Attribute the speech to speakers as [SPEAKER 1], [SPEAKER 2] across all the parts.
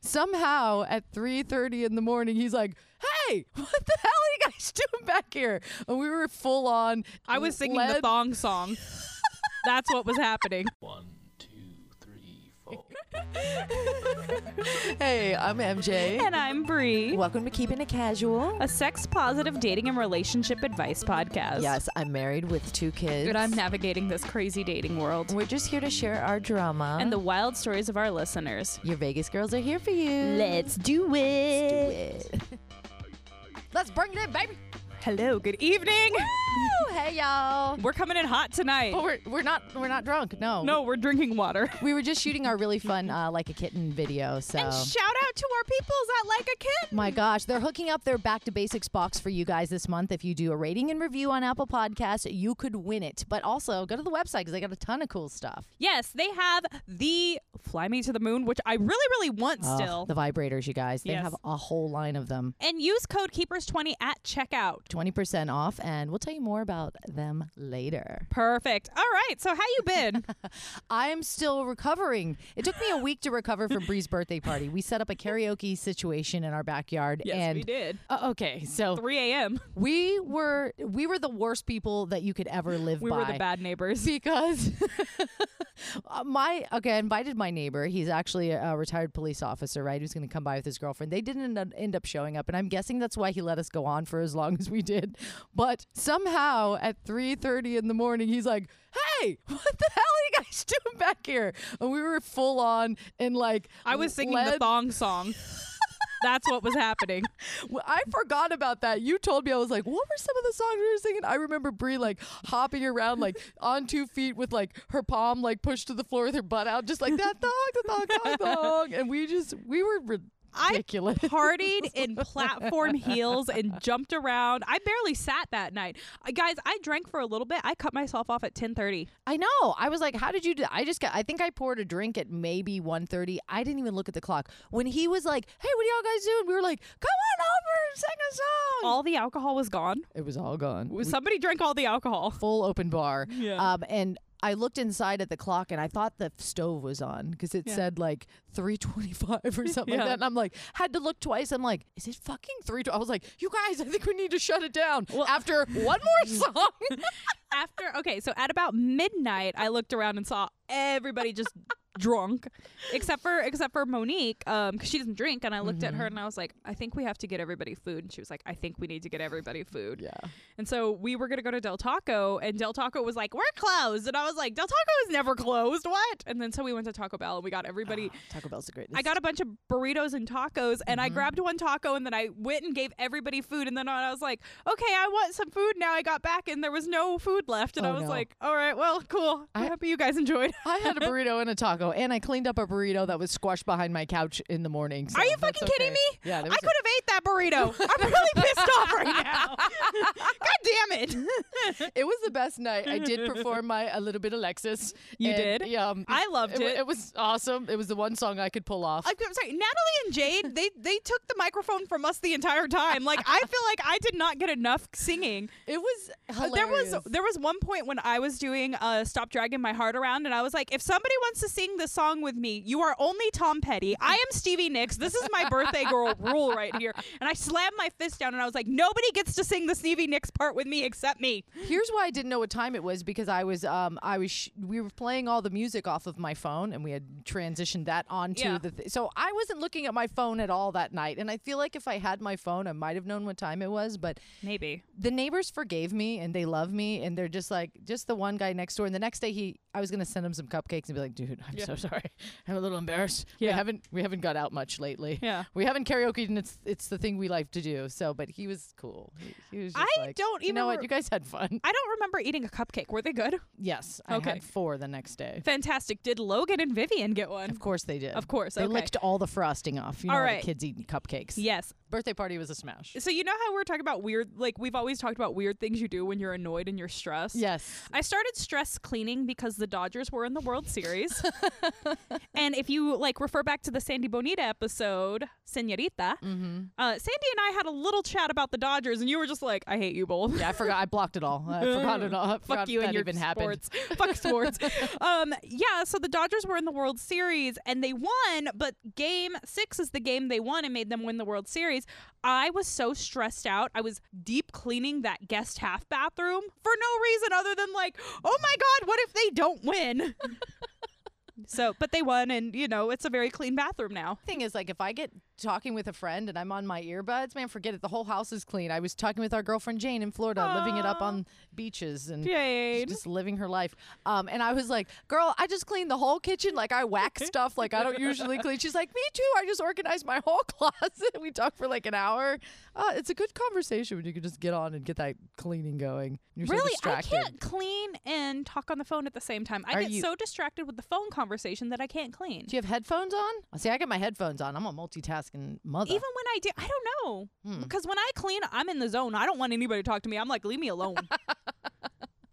[SPEAKER 1] somehow at 3.30 in the morning he's like hey what the hell are you guys doing back here and we were full on
[SPEAKER 2] I was singing the
[SPEAKER 1] led-
[SPEAKER 2] thong song. That's what was happening.
[SPEAKER 3] One, two, three, four.
[SPEAKER 1] hey i'm mj
[SPEAKER 2] And I'm Bree,
[SPEAKER 1] welcome to keeping it casual
[SPEAKER 2] a sex positive dating and relationship advice podcast.
[SPEAKER 1] yes i'm married with two kids
[SPEAKER 2] But I'm navigating this crazy dating world
[SPEAKER 1] we're just here to share our drama
[SPEAKER 2] and the wild stories of our listeners.
[SPEAKER 1] your vegas girls are here for you
[SPEAKER 2] do it.
[SPEAKER 1] let's bring it in baby
[SPEAKER 2] Hello, good evening.
[SPEAKER 1] Woo! hey y'all
[SPEAKER 2] We're coming in hot tonight.
[SPEAKER 1] but we're, we're not we're not drunk no
[SPEAKER 2] No, we're drinking water.
[SPEAKER 1] we were just shooting our really fun uh, like a kitten video so
[SPEAKER 2] out to our peoples at Like a Kid.
[SPEAKER 1] My gosh, they're hooking up their Back to Basics box for you guys this month. If you do a rating and review on Apple Podcasts, you could win it. But also go to the website because they got a ton of cool stuff.
[SPEAKER 2] Yes, they have the Fly Me to the Moon, which I really, really want
[SPEAKER 1] Ugh,
[SPEAKER 2] still.
[SPEAKER 1] Oh, the vibrators, you guys. They
[SPEAKER 2] Yes.
[SPEAKER 1] have a whole line of them.
[SPEAKER 2] and use code Keepers20 at checkout.
[SPEAKER 1] 20% off, and we'll tell you more about them later.
[SPEAKER 2] Perfect. All right. So how you been?
[SPEAKER 1] I'm still recovering. It took me a week to recover from Bree's birthday party. We set up a karaoke situation in our backyard. and
[SPEAKER 2] did.
[SPEAKER 1] Uh, okay, so
[SPEAKER 2] 3 a.m.
[SPEAKER 1] we were we were the worst people that you could ever live
[SPEAKER 2] We
[SPEAKER 1] by.
[SPEAKER 2] were the bad neighbors.
[SPEAKER 1] because uh, my okay, I invited my neighbor. He's actually a, a retired police officer, right? Who's going to come by with his girlfriend. They didn't end up, end up showing up, and I'm guessing that's why he let us go on for as long as we did. But somehow at 3:30 in the morning, he's like, "Hey, what the hell are you guys doing back here?" And we were full on and like
[SPEAKER 2] I was singing the
[SPEAKER 1] led-
[SPEAKER 2] thong song. That's what was happening.
[SPEAKER 1] Well, I forgot about that. You told me I was like, what were some of the songs we were singing? I remember Brie like hopping around like on two feet with like her palm like pushed to the floor with her butt out, just like that dog, the dog, dog, dog, and we just we were
[SPEAKER 2] I
[SPEAKER 1] ridiculous.
[SPEAKER 2] partied in platform heels and jumped around. I barely sat that night. Uh, guys, I drank for a little bit. I cut myself off at 10:30.
[SPEAKER 1] I know. I was like, how did you do? I just got. I think I poured a drink at maybe 1.30. I didn't even look at the clock when he was like, hey, what are y'all guys doing? We were like, come on over, and sing a song.
[SPEAKER 2] All the alcohol was gone.
[SPEAKER 1] it was all gone.
[SPEAKER 2] Somebody drank all the alcohol.
[SPEAKER 1] full open bar.
[SPEAKER 2] Yeah.
[SPEAKER 1] Um, and I looked inside at the clock and I thought the stove was on because it
[SPEAKER 2] Yeah.
[SPEAKER 1] said like 325 or something
[SPEAKER 2] Yeah.
[SPEAKER 1] like that. And I'm like, had to look twice. I'm like, is it fucking 3? I was like, you guys, I think we need to shut it down
[SPEAKER 2] Well-
[SPEAKER 1] after one more song.
[SPEAKER 2] After okay, so at about midnight, I looked around and saw everybody just drunk, except for except for Monique, um, 'cause she doesn't drink. And I looked at her and I was like, I think we have to get everybody food. And she was like, I think we need to get everybody food.
[SPEAKER 1] yeah.
[SPEAKER 2] And so we were gonna go to Del Taco, and Del Taco was like, "We're closed," and I was like, "Del Taco is never closed, what?" And then so we went to Taco Bell, and we got everybody.
[SPEAKER 1] Taco Bell's the greatest.
[SPEAKER 2] I got a bunch of burritos and tacos, and I
[SPEAKER 1] Mm-hmm.
[SPEAKER 2] grabbed one taco, and then I went and gave everybody food, and then I was like, "Okay, I want some food now." I got back, and there was no food left, and
[SPEAKER 1] Oh,
[SPEAKER 2] I was
[SPEAKER 1] no.
[SPEAKER 2] like, "All right, well, cool. I'm
[SPEAKER 1] I- Oh,
[SPEAKER 2] happy you guys enjoyed."
[SPEAKER 1] I had a burrito and a taco, and I cleaned up a burrito that was squashed behind my couch in the morning. so
[SPEAKER 2] Are you
[SPEAKER 1] that's
[SPEAKER 2] fucking kidding
[SPEAKER 1] okay.
[SPEAKER 2] me?
[SPEAKER 1] Yeah,
[SPEAKER 2] I
[SPEAKER 1] there was
[SPEAKER 2] could
[SPEAKER 1] a-
[SPEAKER 2] have ate that burrito. I'm really pissed off right now. God damn it!
[SPEAKER 1] It was the best night. I did perform my a little bit of Lexus.
[SPEAKER 2] You
[SPEAKER 1] and,
[SPEAKER 2] did?
[SPEAKER 1] Yeah, um,
[SPEAKER 2] I loved
[SPEAKER 1] wa-
[SPEAKER 2] it.
[SPEAKER 1] It was awesome. It was the one song I could pull off.
[SPEAKER 2] I'm I'm sorry, Natalie and Jade. They they took the microphone from us the entire time. Like I feel like I did not get enough singing.
[SPEAKER 1] It Uh, was hilarious.
[SPEAKER 2] Uh, There was there was one point when I was doing uh, "Stop Dragging My Heart Around" and I was like, if somebody wants to sing this song with me, you are only Tom Petty. I am Stevie Nicks. This is my birthday girl rule right here. And I slammed my fist down and I was like, nobody gets to sing the Stevie Nicks part with me except me.
[SPEAKER 1] Here's why I didn't know what time it was because I was um I was sh- we were playing all the music off of my phone and we had transitioned that onto
[SPEAKER 2] Yeah.
[SPEAKER 1] the th- so I wasn't looking at my phone at all that night and I feel like if I had my phone I might have known what time it was but
[SPEAKER 2] Maybe.
[SPEAKER 1] the neighbors forgave me and they love me and they're just like just the one guy next door and the next day he I was gonna send him some cupcakes and be like dude I'm so sorry I'm a little embarrassed we
[SPEAKER 2] Yeah.
[SPEAKER 1] haven't we haven't got out much lately
[SPEAKER 2] Yeah.
[SPEAKER 1] we haven't karaoke and it's it's the thing we like to do so but he was cool he, he was just
[SPEAKER 2] I
[SPEAKER 1] like,
[SPEAKER 2] don't
[SPEAKER 1] you know
[SPEAKER 2] even
[SPEAKER 1] what
[SPEAKER 2] re-
[SPEAKER 1] you guys had fun
[SPEAKER 2] I don't remember eating a cupcake. Were they good?
[SPEAKER 1] yes I
[SPEAKER 2] Okay.
[SPEAKER 1] had four the next day
[SPEAKER 2] Fantastic. Did Logan and Vivian get one?
[SPEAKER 1] of course they did
[SPEAKER 2] Of course,
[SPEAKER 1] they
[SPEAKER 2] okay.
[SPEAKER 1] licked all the frosting off you
[SPEAKER 2] All
[SPEAKER 1] know how the
[SPEAKER 2] right.
[SPEAKER 1] kids eating cupcakes
[SPEAKER 2] Yes.
[SPEAKER 1] birthday party was a smash
[SPEAKER 2] So you know how we're talking about weird like we've always talked about weird things you do when you're annoyed and you're stressed?
[SPEAKER 1] yes
[SPEAKER 2] I started stress cleaning because the Dodgers were in the World Series. and And if you like refer back to the Sandy Bonita episode, Senorita,
[SPEAKER 1] Mm-hmm.
[SPEAKER 2] uh, Sandy and I had a little chat about the Dodgers, and you were just like, "I hate you both."
[SPEAKER 1] Yeah, I forgot. I blocked it all. I forgot it all. I
[SPEAKER 2] Fuck
[SPEAKER 1] forgot
[SPEAKER 2] you
[SPEAKER 1] that
[SPEAKER 2] and your
[SPEAKER 1] even happened.
[SPEAKER 2] sports. Fuck sports. um, yeah. So the Dodgers were in the World Series and they won, but Game Six is the game they won and made them win the World Series. I was so stressed out. I was deep cleaning that guest half bathroom for no reason other than like, oh my god, what if they don't win? so, but they won, and you know it's a very clean bathroom now.
[SPEAKER 1] Thing is, like, if I get talking with a friend and I'm on my earbuds, man, forget it. The whole house is clean. I was talking with our girlfriend Jane in Florida, living it up
[SPEAKER 2] Aw.
[SPEAKER 1] on beaches and
[SPEAKER 2] Jade.
[SPEAKER 1] She's just living her life. Um, and I was like, girl, I just cleaned the whole kitchen. Like I whack stuff. Like I don't usually clean. She's like, me too. I just organized my whole closet. We talked for like an hour. Uh, it's a good conversation when you can just get on and get that cleaning going. You're so
[SPEAKER 2] really, I
[SPEAKER 1] distracted.
[SPEAKER 2] can't clean and talk on the phone at the same time. I
[SPEAKER 1] Are
[SPEAKER 2] get
[SPEAKER 1] you-
[SPEAKER 2] so distracted with the phone conversation that I can't clean.
[SPEAKER 1] Do you have headphones on? See, I get my headphones on. I'm a multitasking mother.
[SPEAKER 2] Even when I do, I don't know.
[SPEAKER 1] Hmm.
[SPEAKER 2] Because when I clean, I'm in the zone. I don't want anybody to talk to me. I'm like, leave me alone.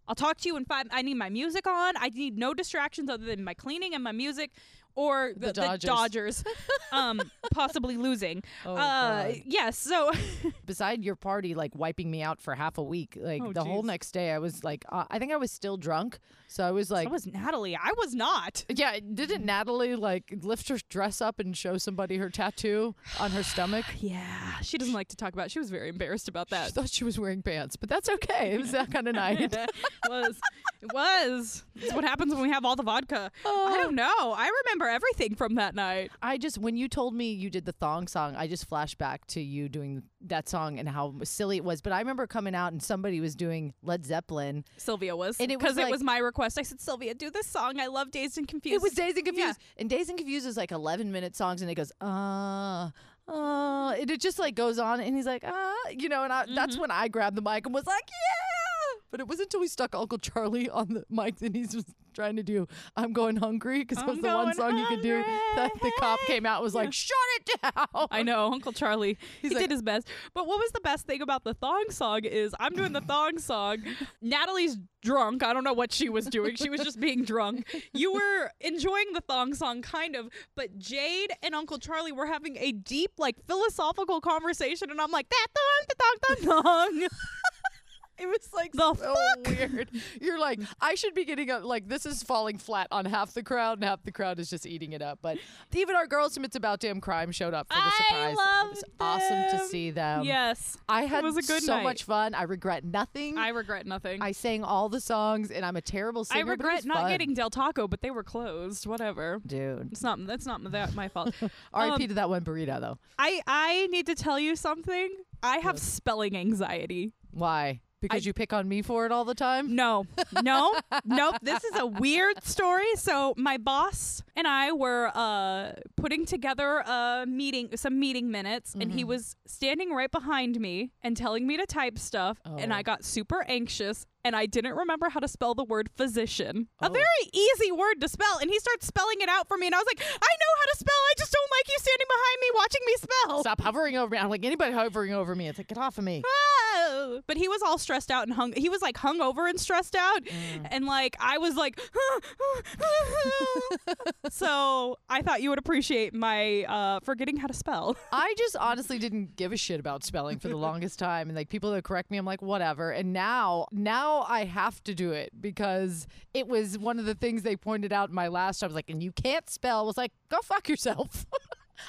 [SPEAKER 2] I'll talk to you in five. I need my music on. I need no distractions other than my cleaning and my music, or the,
[SPEAKER 1] The Dodgers.
[SPEAKER 2] Dodgers, um, possibly losing.
[SPEAKER 1] Oh,
[SPEAKER 2] uh,
[SPEAKER 1] God.
[SPEAKER 2] yes. So
[SPEAKER 1] beside your party like wiping me out for half a week like
[SPEAKER 2] Oh,
[SPEAKER 1] the whole
[SPEAKER 2] jeez.
[SPEAKER 1] next day i was like uh, i think i was still drunk so i was like
[SPEAKER 2] that was Natalie. I was not.
[SPEAKER 1] yeah didn't natalie like lift her dress up and show somebody her tattoo on her stomach
[SPEAKER 2] Yeah, she doesn't like to talk about. It. She was very embarrassed about
[SPEAKER 1] she
[SPEAKER 2] that.
[SPEAKER 1] thought she was wearing pants but that's okay it was that kind of night
[SPEAKER 2] it was. It was. It's what happens when we have all the vodka.
[SPEAKER 1] Oh.
[SPEAKER 2] I don't know. I remember everything from that night.
[SPEAKER 1] i just when you told me you did the thong song i just flashed back to you doing that song and how silly it was but i remember coming out and somebody was doing led zeppelin
[SPEAKER 2] Sylvia was.
[SPEAKER 1] And it
[SPEAKER 2] Because
[SPEAKER 1] was
[SPEAKER 2] it
[SPEAKER 1] like-
[SPEAKER 2] was my request. I said, Sylvia, do this song. I love Dazed and Confused.
[SPEAKER 1] It was Days and Confused. And Days and Confused is like 11 minute songs, and it goes, ah, ah. And it just like goes on, and he's like, ah, you know, and I,
[SPEAKER 2] Mm-hmm.
[SPEAKER 1] that's when I grabbed the mic and was like, yeah. But it wasn't until we stuck Uncle Charlie on the mic that he's just trying to do, I'm going hungry, because that
[SPEAKER 2] I'm
[SPEAKER 1] was the one
[SPEAKER 2] going
[SPEAKER 1] song you could do. That the cop came out and was like, shut it down.
[SPEAKER 2] I know, Uncle Charlie. he
[SPEAKER 1] like-
[SPEAKER 2] did his best. But what was the best thing about the thong song is I'm doing the thong song. Natalie's drunk. I don't know what she was doing. She was just being drunk. You were enjoying the thong song, kind of. But Jade and Uncle Charlie were having a deep, like, philosophical conversation. And I'm like, that thong, the thong, the thong.
[SPEAKER 1] It was like
[SPEAKER 2] The
[SPEAKER 1] so weird. You're like, I should be getting up. Like this is falling flat on half the crowd, and half the crowd is just eating it up. But even our girls from It's About Damn Crime showed up for the
[SPEAKER 2] I
[SPEAKER 1] surprise.
[SPEAKER 2] love
[SPEAKER 1] it was awesome to
[SPEAKER 2] them.
[SPEAKER 1] see them.
[SPEAKER 2] yes.
[SPEAKER 1] I had
[SPEAKER 2] was a good
[SPEAKER 1] so
[SPEAKER 2] night.
[SPEAKER 1] much fun. I regret nothing. I,
[SPEAKER 2] I regret nothing.
[SPEAKER 1] sang all the songs, and I'm a terrible singer.
[SPEAKER 2] I
[SPEAKER 1] but it
[SPEAKER 2] regret
[SPEAKER 1] was
[SPEAKER 2] not
[SPEAKER 1] fun.
[SPEAKER 2] getting Um, Del Taco, but they were closed. Whatever.
[SPEAKER 1] Dude,
[SPEAKER 2] It's not. That's not that my fault.
[SPEAKER 1] R.I.P.
[SPEAKER 2] Um,
[SPEAKER 1] to that one burrito though.
[SPEAKER 2] I I need to tell you something. I have spelling anxiety.
[SPEAKER 1] Why? Because you pick on me for it all the time.
[SPEAKER 2] No, no, nope. This is a weird story. So my boss and I were uh, putting together a meeting, some meeting minutes, and
[SPEAKER 1] Mm-hmm.
[SPEAKER 2] he was standing right behind me and telling me to type stuff, and
[SPEAKER 1] Oh.
[SPEAKER 2] I got super anxious. And I didn't remember how to spell the word physician.
[SPEAKER 1] Oh.
[SPEAKER 2] A very easy word to spell. And he starts spelling it out for me. And I was like, I know how to spell. I just don't like you standing behind me watching me spell.
[SPEAKER 1] Stop hovering over me. I'm like anybody hovering over me. It's like get off of me.
[SPEAKER 2] "Oh." But he was all stressed out and hung. He was like hungover and stressed out,
[SPEAKER 1] Mm.
[SPEAKER 2] and like I was like, so I thought you would appreciate my uh, forgetting how to spell.
[SPEAKER 1] I just honestly didn't give a shit about spelling for the longest time, and like people that correct me, I'm like whatever. And now, now I have to do it because it was one of the things they pointed out in my last. job. I was like, and you can't spell. I was like, go fuck yourself.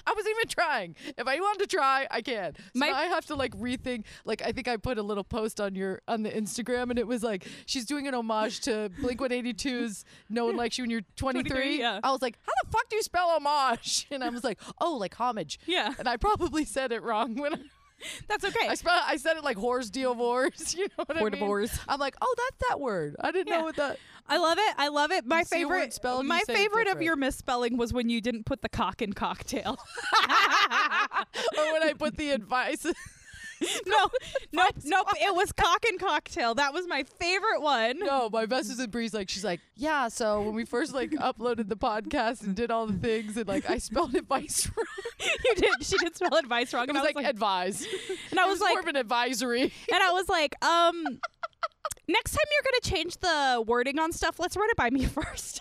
[SPEAKER 1] I wasn't even trying. If I wanted to try, I can. So
[SPEAKER 2] My-
[SPEAKER 1] now I have to like rethink. Like I think I put a little post on your on the Instagram, and it was like she's doing an homage to Blink 182's "No One Likes You When You're 23."
[SPEAKER 2] 23, yeah.
[SPEAKER 1] I was like, how the fuck do you spell homage? And I was like, oh, like homage.
[SPEAKER 2] Yeah.
[SPEAKER 1] And I probably said it wrong when I,
[SPEAKER 2] That's okay.
[SPEAKER 1] I, spelled, I said it like horse deal wars. You know what I mean?
[SPEAKER 2] Hordivores.
[SPEAKER 1] I'm like, oh, that's that word. I didn't
[SPEAKER 2] Yeah.
[SPEAKER 1] know what that.
[SPEAKER 2] I love it. I love it. My
[SPEAKER 1] You see a word
[SPEAKER 2] favorite
[SPEAKER 1] spelled, you
[SPEAKER 2] my
[SPEAKER 1] say it
[SPEAKER 2] favorite of
[SPEAKER 1] different.
[SPEAKER 2] your misspelling was when you didn't put the cock in cocktail.
[SPEAKER 1] Or when I put the advice.
[SPEAKER 2] no, nope, nope. It was cock and cocktail. That was my favorite one.
[SPEAKER 1] no, my best is in Bree's like, she's like, yeah. So when we first like uploaded the podcast and did all the things and like I spelled advice wrong.
[SPEAKER 2] You did. She did spell advice wrong.
[SPEAKER 1] It
[SPEAKER 2] and
[SPEAKER 1] was
[SPEAKER 2] I was
[SPEAKER 1] like,
[SPEAKER 2] like,
[SPEAKER 1] advise.
[SPEAKER 2] and I
[SPEAKER 1] it
[SPEAKER 2] was like,
[SPEAKER 1] more of an advisory.
[SPEAKER 2] and I was like, um, next time you're gonna change the wording on stuff, let's run it by me first.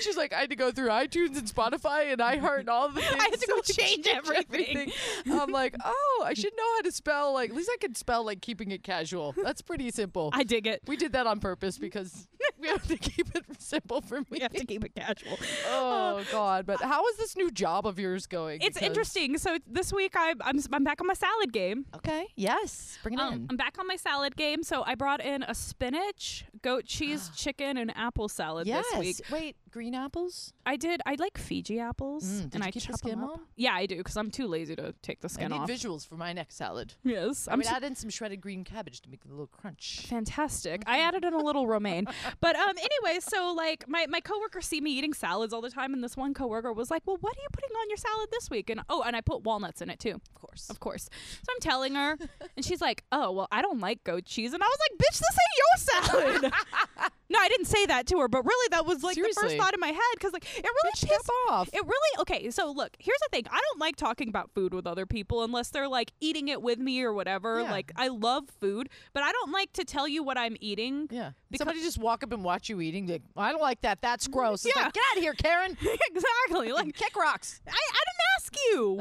[SPEAKER 1] She's like, I had to go through iTunes and Spotify and iHeart and all the things.
[SPEAKER 2] had to go change everything."
[SPEAKER 1] I'm like, oh, I should know how to spell. Like, at least I could spell like keeping it casual. That's pretty simple.
[SPEAKER 2] I dig it.
[SPEAKER 1] we did that on purpose because we have to keep it simple for me.
[SPEAKER 2] We have to keep it casual.
[SPEAKER 1] Oh God! But how is this new job of yours going?
[SPEAKER 2] It's
[SPEAKER 1] Because-
[SPEAKER 2] interesting. So this week I, I'm s- I'm back on my salad game.
[SPEAKER 1] Okay. Yes. Bring it
[SPEAKER 2] Um,
[SPEAKER 1] in.
[SPEAKER 2] I'm back on my salad game. So I brought in a spinach, goat cheese, chicken, and apple salad
[SPEAKER 1] yes.
[SPEAKER 2] this week.
[SPEAKER 1] Wait, green apples.
[SPEAKER 2] I did. I like Fiji apples,
[SPEAKER 1] Mm, did
[SPEAKER 2] and
[SPEAKER 1] you
[SPEAKER 2] I
[SPEAKER 1] keep the
[SPEAKER 2] chop
[SPEAKER 1] skin
[SPEAKER 2] them up.
[SPEAKER 1] on?
[SPEAKER 2] Yeah, I do because I'm too lazy to take the
[SPEAKER 1] I
[SPEAKER 2] skin
[SPEAKER 1] need
[SPEAKER 2] off.
[SPEAKER 1] visuals for my next salad.
[SPEAKER 2] yes,
[SPEAKER 1] i
[SPEAKER 2] I'm
[SPEAKER 1] would
[SPEAKER 2] so
[SPEAKER 1] add in some shredded green cabbage to make it a little crunch.
[SPEAKER 2] fantastic. I
[SPEAKER 1] Mm-hmm.
[SPEAKER 2] added in a little romaine, but um, anyway, so like my my coworkers see me eating salads all the time, and this one coworker was like, "Well, what are you putting on your salad this week?" And oh, and I put walnuts in it too.
[SPEAKER 1] Of course.
[SPEAKER 2] Of course. So I'm telling her, and she's like, "Oh, well, I don't like goat cheese," and I was like, "Bitch, this ain't your salad." no, I didn't say that to her, but really, that was like the
[SPEAKER 1] Seriously.
[SPEAKER 2] first thought in my head because like it really
[SPEAKER 1] Bitch, step
[SPEAKER 2] pissed
[SPEAKER 1] off.
[SPEAKER 2] It really okay. So look, here's the thing: I don't like talking about food with other people unless they're like eating it with me or whatever.
[SPEAKER 1] Yeah.
[SPEAKER 2] Like I love food, but I don't like to tell you what I'm eating.
[SPEAKER 1] Yeah.
[SPEAKER 2] Because- Mm,
[SPEAKER 1] Somebody just walk up and watch you eating. Like, I don't like that. That's gross. It's
[SPEAKER 2] Yeah.
[SPEAKER 1] like, get out of here, Karen.
[SPEAKER 2] exactly. Like
[SPEAKER 1] Kick rocks.
[SPEAKER 2] I, I didn't ask you.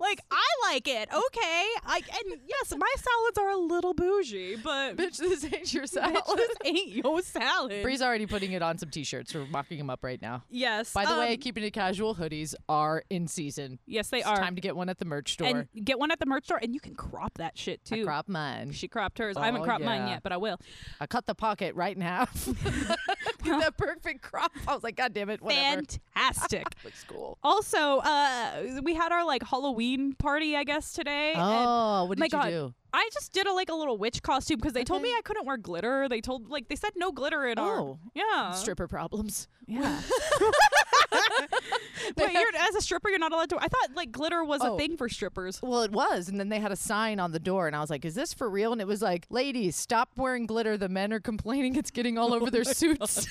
[SPEAKER 2] like I like it. Okay. I and yes, my salads are a little bougie, but
[SPEAKER 1] Bitch, this ain't your salad.
[SPEAKER 2] bitch, this ain't your salad.
[SPEAKER 1] Bree's already putting it on some t-shirts. We're mocking him up right now.
[SPEAKER 2] Yes.
[SPEAKER 1] By the way,
[SPEAKER 2] um,
[SPEAKER 1] keeping it casual hoodies are in season.
[SPEAKER 2] yes, they
[SPEAKER 1] It's
[SPEAKER 2] are.
[SPEAKER 1] time to get one at the merch store.
[SPEAKER 2] and get one at the merch store, and you can crop that shit
[SPEAKER 1] I
[SPEAKER 2] too.
[SPEAKER 1] crop mine.
[SPEAKER 2] She cropped hers. I haven't
[SPEAKER 1] Oh,
[SPEAKER 2] cropped mine
[SPEAKER 1] yeah.
[SPEAKER 2] yet, but I will.
[SPEAKER 1] I cut the pocket right in half. Get that perfect crop. I was like, God damn it, whatever.
[SPEAKER 2] Fantastic.
[SPEAKER 1] Looks cool.
[SPEAKER 2] also, uh, we had our like Halloween party, I guess today. and
[SPEAKER 1] Oh, what did
[SPEAKER 2] my
[SPEAKER 1] you
[SPEAKER 2] God.
[SPEAKER 1] do?
[SPEAKER 2] I just did a like a little witch costume because they told me
[SPEAKER 1] Okay.
[SPEAKER 2] I couldn't wear glitter. They told like they said no glitter in our
[SPEAKER 1] Oh.
[SPEAKER 2] yeah
[SPEAKER 1] Stripper problems.
[SPEAKER 2] yeah. Wait, you're, as a stripper, you're not allowed to. I thought like glitter was
[SPEAKER 1] Oh.
[SPEAKER 2] a thing for strippers.
[SPEAKER 1] Well, it was, and then they had a sign on the door, and I was like, "Is this for real?" And it was like, "Ladies, stop wearing glitter. The men are complaining it's getting all over
[SPEAKER 2] Oh
[SPEAKER 1] their suits."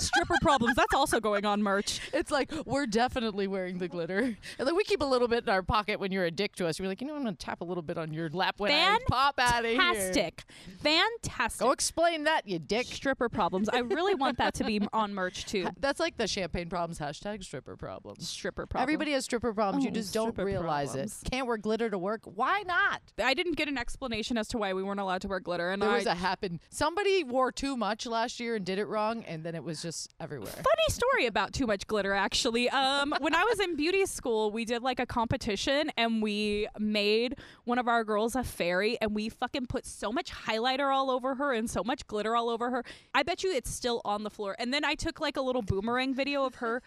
[SPEAKER 2] Stripper problems. That's also going on merch.
[SPEAKER 1] it's like we're definitely wearing the glitter, and like we keep a little bit in our pocket when you're a dick to us. You're like, you know, I'm gonna tap a little bit on your lap when I pop out of here.
[SPEAKER 2] Fantastic, fantastic.
[SPEAKER 1] Go explain that, you dick.
[SPEAKER 2] Stripper problems. I really want that to be m- on merch too.
[SPEAKER 1] That's like the champagne problems hashtag stripper problems.
[SPEAKER 2] Stripper problems.
[SPEAKER 1] Everybody has stripper problems. you
[SPEAKER 2] Oh,
[SPEAKER 1] just don't
[SPEAKER 2] stripper
[SPEAKER 1] realize
[SPEAKER 2] problems.
[SPEAKER 1] it. Can't wear glitter to work. Why not?
[SPEAKER 2] I didn't get an explanation as to why we weren't allowed to wear glitter, and
[SPEAKER 1] There
[SPEAKER 2] I
[SPEAKER 1] was a happen. Somebody wore too much last year and did it wrong, and then it was just everywhere.
[SPEAKER 2] funny story about too much glitter actually um when i was in beauty school we did like a competition and we made one of our girls a fairy and we fucking put so much highlighter all over her and so much glitter all over her i bet you it's still on the floor and then i took like a little boomerang video of her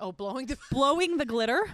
[SPEAKER 1] Oh, blowing the.
[SPEAKER 2] blowing the glitter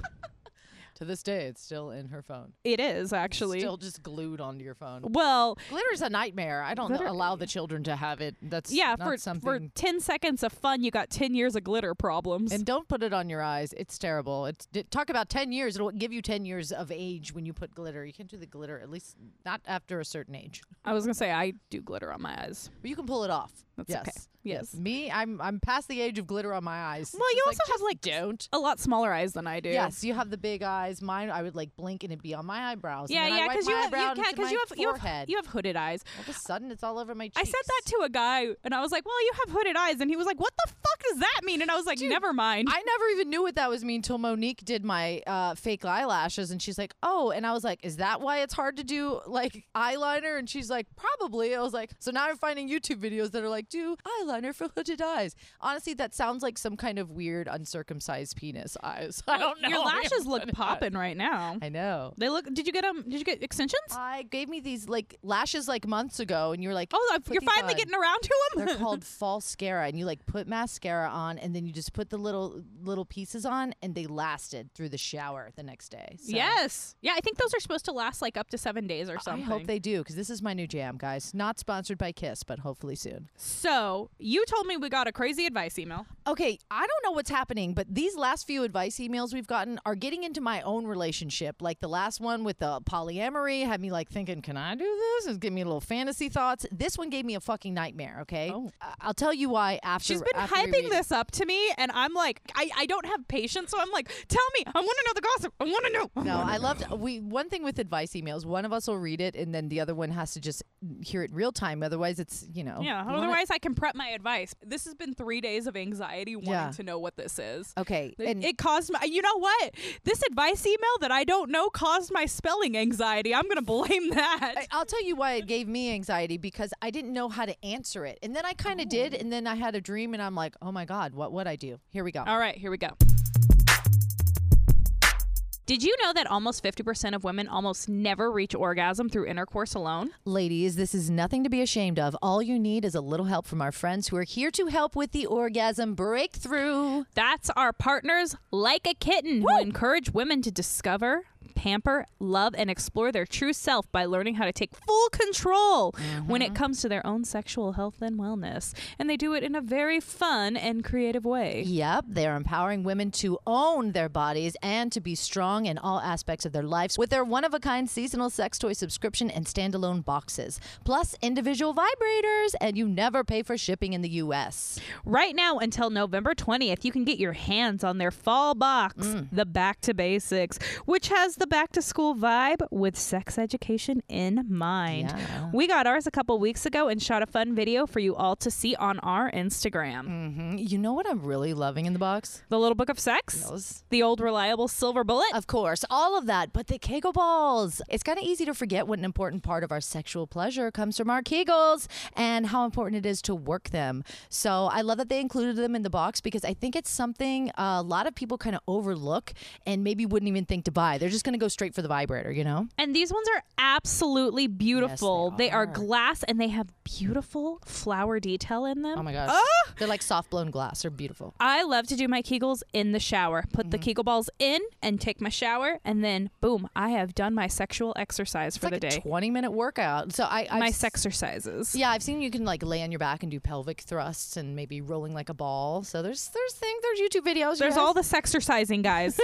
[SPEAKER 1] To this day, it's still in her phone.
[SPEAKER 2] it is actually
[SPEAKER 1] Still just glued onto your phone.
[SPEAKER 2] well
[SPEAKER 1] Glitter's a nightmare. I don't
[SPEAKER 2] Glitter-
[SPEAKER 1] allow the children to have it. That's
[SPEAKER 2] yeah
[SPEAKER 1] not
[SPEAKER 2] for, for
[SPEAKER 1] something.
[SPEAKER 2] 10 seconds of fun you got 10 years of glitter problems
[SPEAKER 1] and don't put it on your eyes. It's terrible. It's d- talk about ten years. It'll give you ten years of age when you put glitter. You can't do the glitter at least not after a certain age.
[SPEAKER 2] i was gonna say i do glitter on my eyes
[SPEAKER 1] But you can pull it off.
[SPEAKER 2] That's
[SPEAKER 1] yes.
[SPEAKER 2] okay. Yes.
[SPEAKER 1] Me, I'm I'm past the age of glitter on my eyes.
[SPEAKER 2] Well,
[SPEAKER 1] It's
[SPEAKER 2] you
[SPEAKER 1] just
[SPEAKER 2] also have,
[SPEAKER 1] just
[SPEAKER 2] like,
[SPEAKER 1] don't.
[SPEAKER 2] a lot smaller eyes than i do
[SPEAKER 1] Yes, you have the big eyes. Mine, I would like blink and it'd be on my eyebrows.
[SPEAKER 2] Yeah,
[SPEAKER 1] and then
[SPEAKER 2] yeah,
[SPEAKER 1] I wipe
[SPEAKER 2] because you
[SPEAKER 1] my
[SPEAKER 2] have, you,
[SPEAKER 1] eyebrow
[SPEAKER 2] yeah,
[SPEAKER 1] and it's in
[SPEAKER 2] 'cause
[SPEAKER 1] my
[SPEAKER 2] you have, you have,
[SPEAKER 1] forehead.
[SPEAKER 2] you have hooded eyes.
[SPEAKER 1] All of a sudden, it's all over my cheeks.
[SPEAKER 2] I said that to a guy, and I was like, "Well, you have hooded eyes," and he was like, "What the fuck does that mean?" And I was like, "Never mind."
[SPEAKER 1] I never even knew what that was mean until Monique did my uh, fake eyelashes, and she's like, "Oh," and I was like, "Is that why it's hard to do like eyeliner?" And she's like, "Probably." I was like, "So now I'm finding YouTube videos that are like, do eyeliner for hooded eyes." Honestly, that sounds like some kind of weird uncircumcised penis eyes. I don't know.
[SPEAKER 2] Your lashes look popping right now.
[SPEAKER 1] I know.
[SPEAKER 2] They look. Did you get them? Did you get extensions?
[SPEAKER 1] I gave me these like lashes like months ago, and you were like,
[SPEAKER 2] Oh, I've-
[SPEAKER 1] put
[SPEAKER 2] you're
[SPEAKER 1] these
[SPEAKER 2] finally
[SPEAKER 1] on.
[SPEAKER 2] getting around to them.
[SPEAKER 1] They're called falscara, and you like put mascara on, and then you just put the little little pieces on, and they lasted through the shower the next day. So
[SPEAKER 2] Yes. Yeah, I think those are supposed to last like up to seven days or
[SPEAKER 1] I
[SPEAKER 2] something.
[SPEAKER 1] hope they do because this is my new jam, guys. Not sponsored by Kiss, but hopefully soon.
[SPEAKER 2] so you told me we got a crazy advice email.
[SPEAKER 1] Okay, I don't know what's happening, but these last few advice emails we've gotten are getting into my own relationship. Like the last one with the polyamory had me like thinking, can I do this? It's giving me little fantasy thoughts. This one gave me a fucking nightmare, okay?
[SPEAKER 2] Oh.
[SPEAKER 1] I- I'll tell you why after
[SPEAKER 2] She's been
[SPEAKER 1] after we read
[SPEAKER 2] hyping
[SPEAKER 1] it.
[SPEAKER 2] this up to me, and I'm like, I, I don't have patience, so I'm like, tell me. I want to know the gossip. I want to know.
[SPEAKER 1] No, I loved we one thing with advice emails. One of us will read Oh, it, and then the other one has to just hear it real time. Otherwise, it's you know.
[SPEAKER 2] Yeah.
[SPEAKER 1] you wanna-
[SPEAKER 2] Otherwise, least I can prep my advice. This has been three days of anxiety wanting
[SPEAKER 1] Yeah.
[SPEAKER 2] to know what this is.
[SPEAKER 1] Okay.
[SPEAKER 2] It-
[SPEAKER 1] And
[SPEAKER 2] it caused my. You know what? This advice email that I don't know caused my spelling anxiety. I'm gonna blame that.
[SPEAKER 1] I, I'll tell you why it gave me anxiety because I didn't know how to answer it. And then I
[SPEAKER 2] Oh.
[SPEAKER 1] kind of did. And then I had a dream and I'm like, oh my God, what would I do? Here we go.
[SPEAKER 2] All right, here we go. Did you know that almost 50% of women almost never reach orgasm through intercourse alone?
[SPEAKER 1] Ladies, this is nothing to be ashamed of. All you need is a little help from our friends who are here to help with the orgasm breakthrough.
[SPEAKER 2] That's our partners, like a kitten, who encourage women to discover, pamper, love, and explore their true self by learning how to take full control when it comes to their own sexual health and wellness. And they do it in a very fun and creative way.
[SPEAKER 1] Yep, they're empowering women to own their bodies and to be strong in all aspects of their lives with their one of a kind seasonal sex toy subscription and standalone boxes, plus individual vibrators, and you never pay for shipping in the US.
[SPEAKER 2] Right now, until November 20th, you can get your hands on their fall box, the Back to Basics, which has the back to school vibe with sex education in mind.
[SPEAKER 1] Yeah.
[SPEAKER 2] We got ours a couple weeks ago and shot a fun video for you all to see on our Instagram.
[SPEAKER 1] Mm, You know what I'm really loving in the box?
[SPEAKER 2] The Little Book of Sex?
[SPEAKER 1] Those.
[SPEAKER 2] The old reliable silver bullet?
[SPEAKER 1] Of course, all of that, but the Kegel balls. It's kind of easy to forget what an important part of our sexual pleasure comes from our Kegels and how important it is to work them. So I love that they included them in the box because I think it's something a lot of people kind of overlook and maybe wouldn't even think to buy. They're just going to go straight for the vibrator, you know?
[SPEAKER 2] and these ones are absolutely beautiful.
[SPEAKER 1] they
[SPEAKER 2] they, are.
[SPEAKER 1] are.
[SPEAKER 2] glass and they have beautiful flower detail in them.
[SPEAKER 1] Oh my gosh. They're like soft blown glass. They're beautiful.
[SPEAKER 2] I love to do my Kegels in the shower. Put
[SPEAKER 1] Mm-hmm.
[SPEAKER 2] the Kegel balls in and take my shower, and then boom, I have done my sexual exercise for
[SPEAKER 1] It's like
[SPEAKER 2] the
[SPEAKER 1] a
[SPEAKER 2] day.
[SPEAKER 1] 20 minute workout. So I. I've
[SPEAKER 2] my
[SPEAKER 1] s-
[SPEAKER 2] sexercises.
[SPEAKER 1] Yeah, I've seen you can like lay on your back and do pelvic thrusts and maybe rolling like a ball. So there's there's things there's YouTube videos. you
[SPEAKER 2] There's
[SPEAKER 1] guys.
[SPEAKER 2] all the sexercising, guys.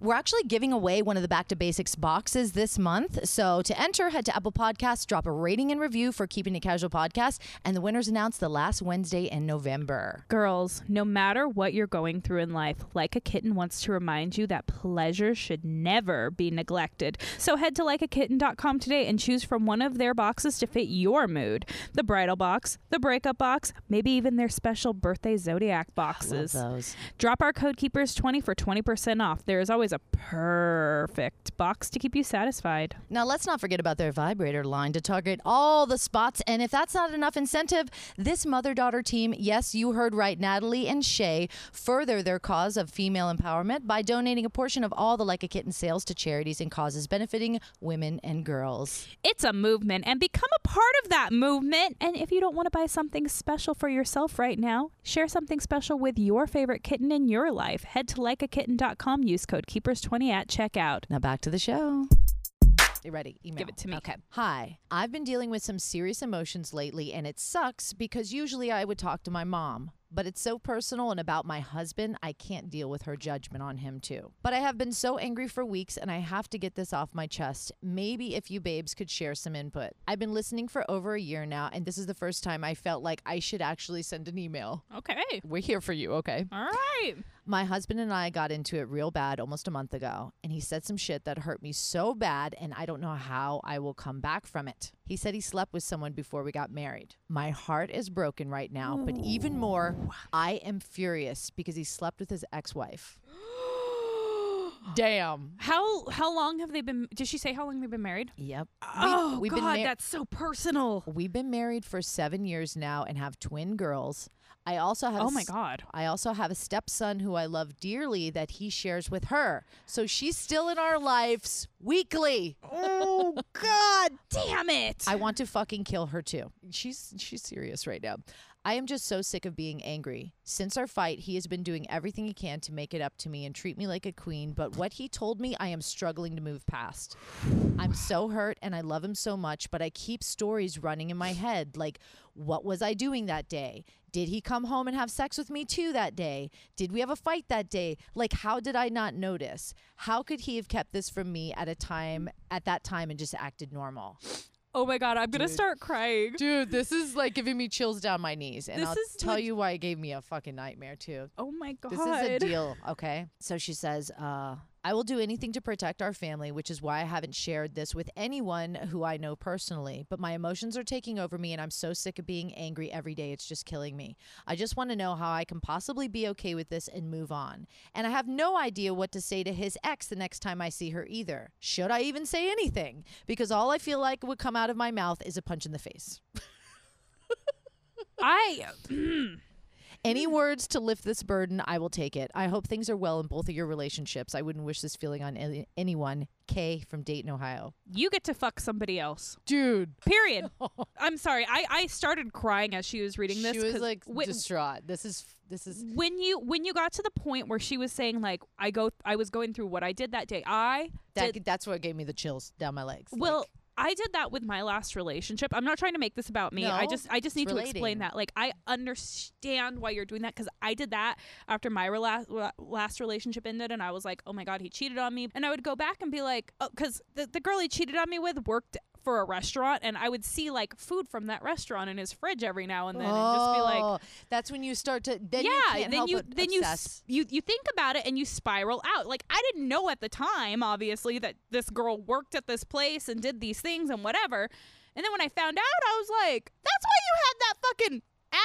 [SPEAKER 1] We're actually giving away one of the Back to Basics boxes this month. So to enter, head to Apple Podcasts, drop a rating and review for Keeping It Casual podcast, and the winners announced the last Wednesday in November.
[SPEAKER 2] Girls, no matter what you're going through in life, Like a Kitten wants to remind you that pleasure should never be neglected. So head to likeakitten.com today and choose from one of their boxes to fit your mood the bridal box, the breakup box, maybe even their special birthday zodiac boxes.
[SPEAKER 1] those.
[SPEAKER 2] Drop our code Keepers20 for 20% off. There is always a perfect box to keep you satisfied.
[SPEAKER 1] Now let's not forget about their vibrator line to target all the spots. And if that's not enough incentive, this mother-daughter team, yes, you heard right, Natalie and Shay, further their cause of female empowerment by donating a portion of all the Like a Kitten sales to charities and causes benefiting women and girls.
[SPEAKER 2] It's a movement and become a part of that movement. And if you don't want to buy something special for yourself right now, share something special with your favorite kitten in your life. Head to likeakitten.com, use code keepers20 at checkout.
[SPEAKER 1] Now back to the show. You ready? Email.
[SPEAKER 2] Give it to me.
[SPEAKER 1] Okay. Hi, I've been dealing with some serious emotions lately, and it sucks because usually I would talk to my mom. But it's so personal and about my husband, I can't deal with her judgment on him, too. But I have been so angry for weeks, and I have to get this off my chest. Maybe if you babes could share some input. I've been listening for over a year now, and this is the first time I felt like I should actually send an email.
[SPEAKER 2] Okay.
[SPEAKER 1] We're here for you, okay?
[SPEAKER 2] All right.
[SPEAKER 1] My husband and I got into it real bad almost a month ago, and he said some shit that hurt me so bad, and I don't know how I will come back from it. He said he slept with someone before we got married. My heart is broken right now, but even more, I am furious because he slept with his ex wife. Damn.
[SPEAKER 2] How how long have they been did she say how long they've been married?
[SPEAKER 1] Yep.
[SPEAKER 2] oh
[SPEAKER 1] we've
[SPEAKER 2] god,
[SPEAKER 1] been mar-
[SPEAKER 2] that's so personal.
[SPEAKER 1] We've been married for seven years now and have twin girls. I also have a
[SPEAKER 2] Oh my
[SPEAKER 1] s-
[SPEAKER 2] god.
[SPEAKER 1] I also have a stepson who I love dearly that he shares with her. So she's still in our lives weekly.
[SPEAKER 2] Oh god, damn it.
[SPEAKER 1] I want to fucking kill her too. She's she's serious right now. I am just so sick of being angry. Since our fight, he has been doing everything he can to make it up to me and treat me like a queen, but what he told me I am struggling to move past. I'm so hurt and I love him so much, but I keep stories running in my head like what was I doing that day? Did he come home and have sex with me too that day? Did we have a fight that day? Like how did I not notice? How could he have kept this from me at a time at that time and just acted normal?
[SPEAKER 2] oh my god, I'm going to start crying.
[SPEAKER 1] Dude, this is like giving me chills down my knees. And
[SPEAKER 2] This
[SPEAKER 1] I'll
[SPEAKER 2] is
[SPEAKER 1] tell
[SPEAKER 2] leg-
[SPEAKER 1] you why it gave me a fucking nightmare, too.
[SPEAKER 2] Oh my god.
[SPEAKER 1] This is a deal, okay? So she says, uh, I will do anything to protect our family, which is why I haven't shared this with anyone who I know personally. But my emotions are taking over me, and I'm so sick of being angry every day. It's just killing me. I just want to know how I can possibly be okay with this and move on. And I have no idea what to say to his ex the next time I see her either. Should I even say anything? Because all I feel like would come out of my mouth is a punch in the face.
[SPEAKER 2] I
[SPEAKER 1] Any words to lift this burden, I will take it. I hope things are well in both of your relationships. I wouldn't wish this feeling on any- anyone. Kay from Dayton, Ohio.
[SPEAKER 2] you get to fuck somebody else.
[SPEAKER 1] Dude,
[SPEAKER 2] Period. I'm sorry. I I started crying as she was reading this.
[SPEAKER 1] she was
[SPEAKER 2] 'cause
[SPEAKER 1] like
[SPEAKER 2] whi-
[SPEAKER 1] distraught. This is this is
[SPEAKER 2] when you when you got to the point where she was saying like I go I was going through what I did that day. I
[SPEAKER 1] that.
[SPEAKER 2] did
[SPEAKER 1] that's what gave me the chills down my legs.
[SPEAKER 2] well.
[SPEAKER 1] Like,
[SPEAKER 2] I did that with my last relationship. I'm not trying to make this about me. I
[SPEAKER 1] No,
[SPEAKER 2] just I just need
[SPEAKER 1] it's
[SPEAKER 2] to
[SPEAKER 1] relating.
[SPEAKER 2] explain that. Like I understand why you're doing that cuz I did that after my rela- la- last relationship ended and I was like, "Oh my god, he cheated on me." And I would go back and be like, oh, "Cuz the, the girl he cheated on me with worked for a restaurant and I would see like food from that restaurant in his fridge every now and then and just be like,
[SPEAKER 1] oh, that's when you start to then you
[SPEAKER 2] yeah,
[SPEAKER 1] can't
[SPEAKER 2] then
[SPEAKER 1] help
[SPEAKER 2] you
[SPEAKER 1] but
[SPEAKER 2] then
[SPEAKER 1] obsess.
[SPEAKER 2] you s- you you think about it and you spiral out. Like I didn't know at the time, obviously, that this girl worked at this place and did these things and whatever. And then when I found out, I was like, "That's why you had that fucking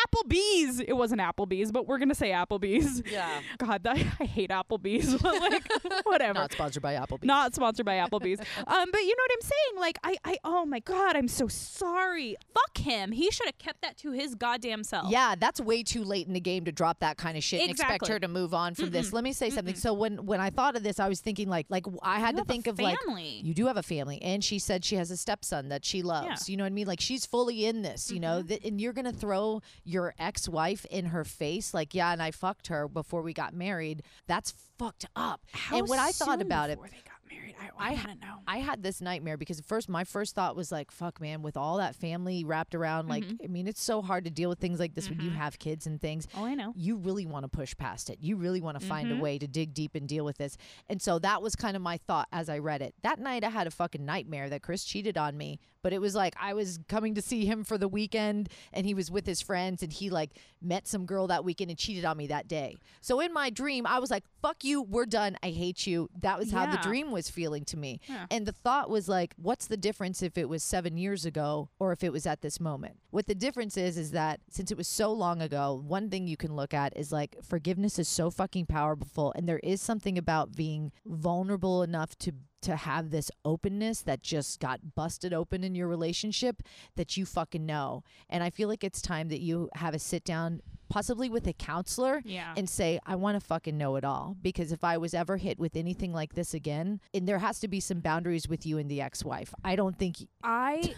[SPEAKER 2] Applebee's." It wasn't Applebee's, but we're gonna say Applebee's.
[SPEAKER 1] yeah.
[SPEAKER 2] God, that, I hate Applebee's. but, like whatever.
[SPEAKER 1] Not sponsored by Applebee's.
[SPEAKER 2] Not sponsored by Applebee's. um, but you know what I'm saying? Like, I, I, oh my God, I'm so sorry. Fuck him. He should have kept that to his goddamn self.
[SPEAKER 1] Yeah, that's way too late in the game to drop that kind of shit and expect
[SPEAKER 2] Exactly.
[SPEAKER 1] her to move on from this. Let me say something. So when when I thought of this, I was thinking like like w- I had
[SPEAKER 2] You
[SPEAKER 1] to
[SPEAKER 2] have a
[SPEAKER 1] think of like
[SPEAKER 2] family.
[SPEAKER 1] you do have a family, and she said she has a stepson that she loves. You know what I mean? Like she's fully in this. You
[SPEAKER 2] Mm-hmm.
[SPEAKER 1] know, Th- and you're gonna throw your ex wife in her face like yeah, and I fucked her before we got married. That's fucked up. and when I thought about it,
[SPEAKER 2] before they got married, I, I hadn't know.
[SPEAKER 1] I had this nightmare because first my first thought was like, fuck man, with all that family wrapped around, like I mean, it's so hard to deal with things like this when you have kids and things.
[SPEAKER 2] Oh, I know.
[SPEAKER 1] You really want to push past it. You really want to find a way to dig deep and deal with this. And so that was kind of my thought as I read it. That night I had a fucking nightmare that Chris cheated on me, but it was like I was coming to see him for the weekend and he was with his friends and he like met some girl that weekend and cheated on me that day. So in my dream, I was like, fuck you, we're done. I hate you. That was how the
[SPEAKER 2] Yeah.
[SPEAKER 1] dream dream was feeling to me.
[SPEAKER 2] Yeah.
[SPEAKER 1] And the thought was like, what's the difference if it was seven years ago or if it was at this moment? What the difference is, is that since it was so long ago, one thing you can look at is like forgiveness is so fucking powerful. And there is something about being vulnerable enough to. To have this openness that just got busted open in your relationship that you fucking know. And I feel like it's time that you have a sit down, possibly with a counselor,
[SPEAKER 2] Yeah.
[SPEAKER 1] and say, I want to fucking know it all. Because if I was ever hit with anything like this again, and there has to be some boundaries with you and the ex wife. I don't think,
[SPEAKER 2] I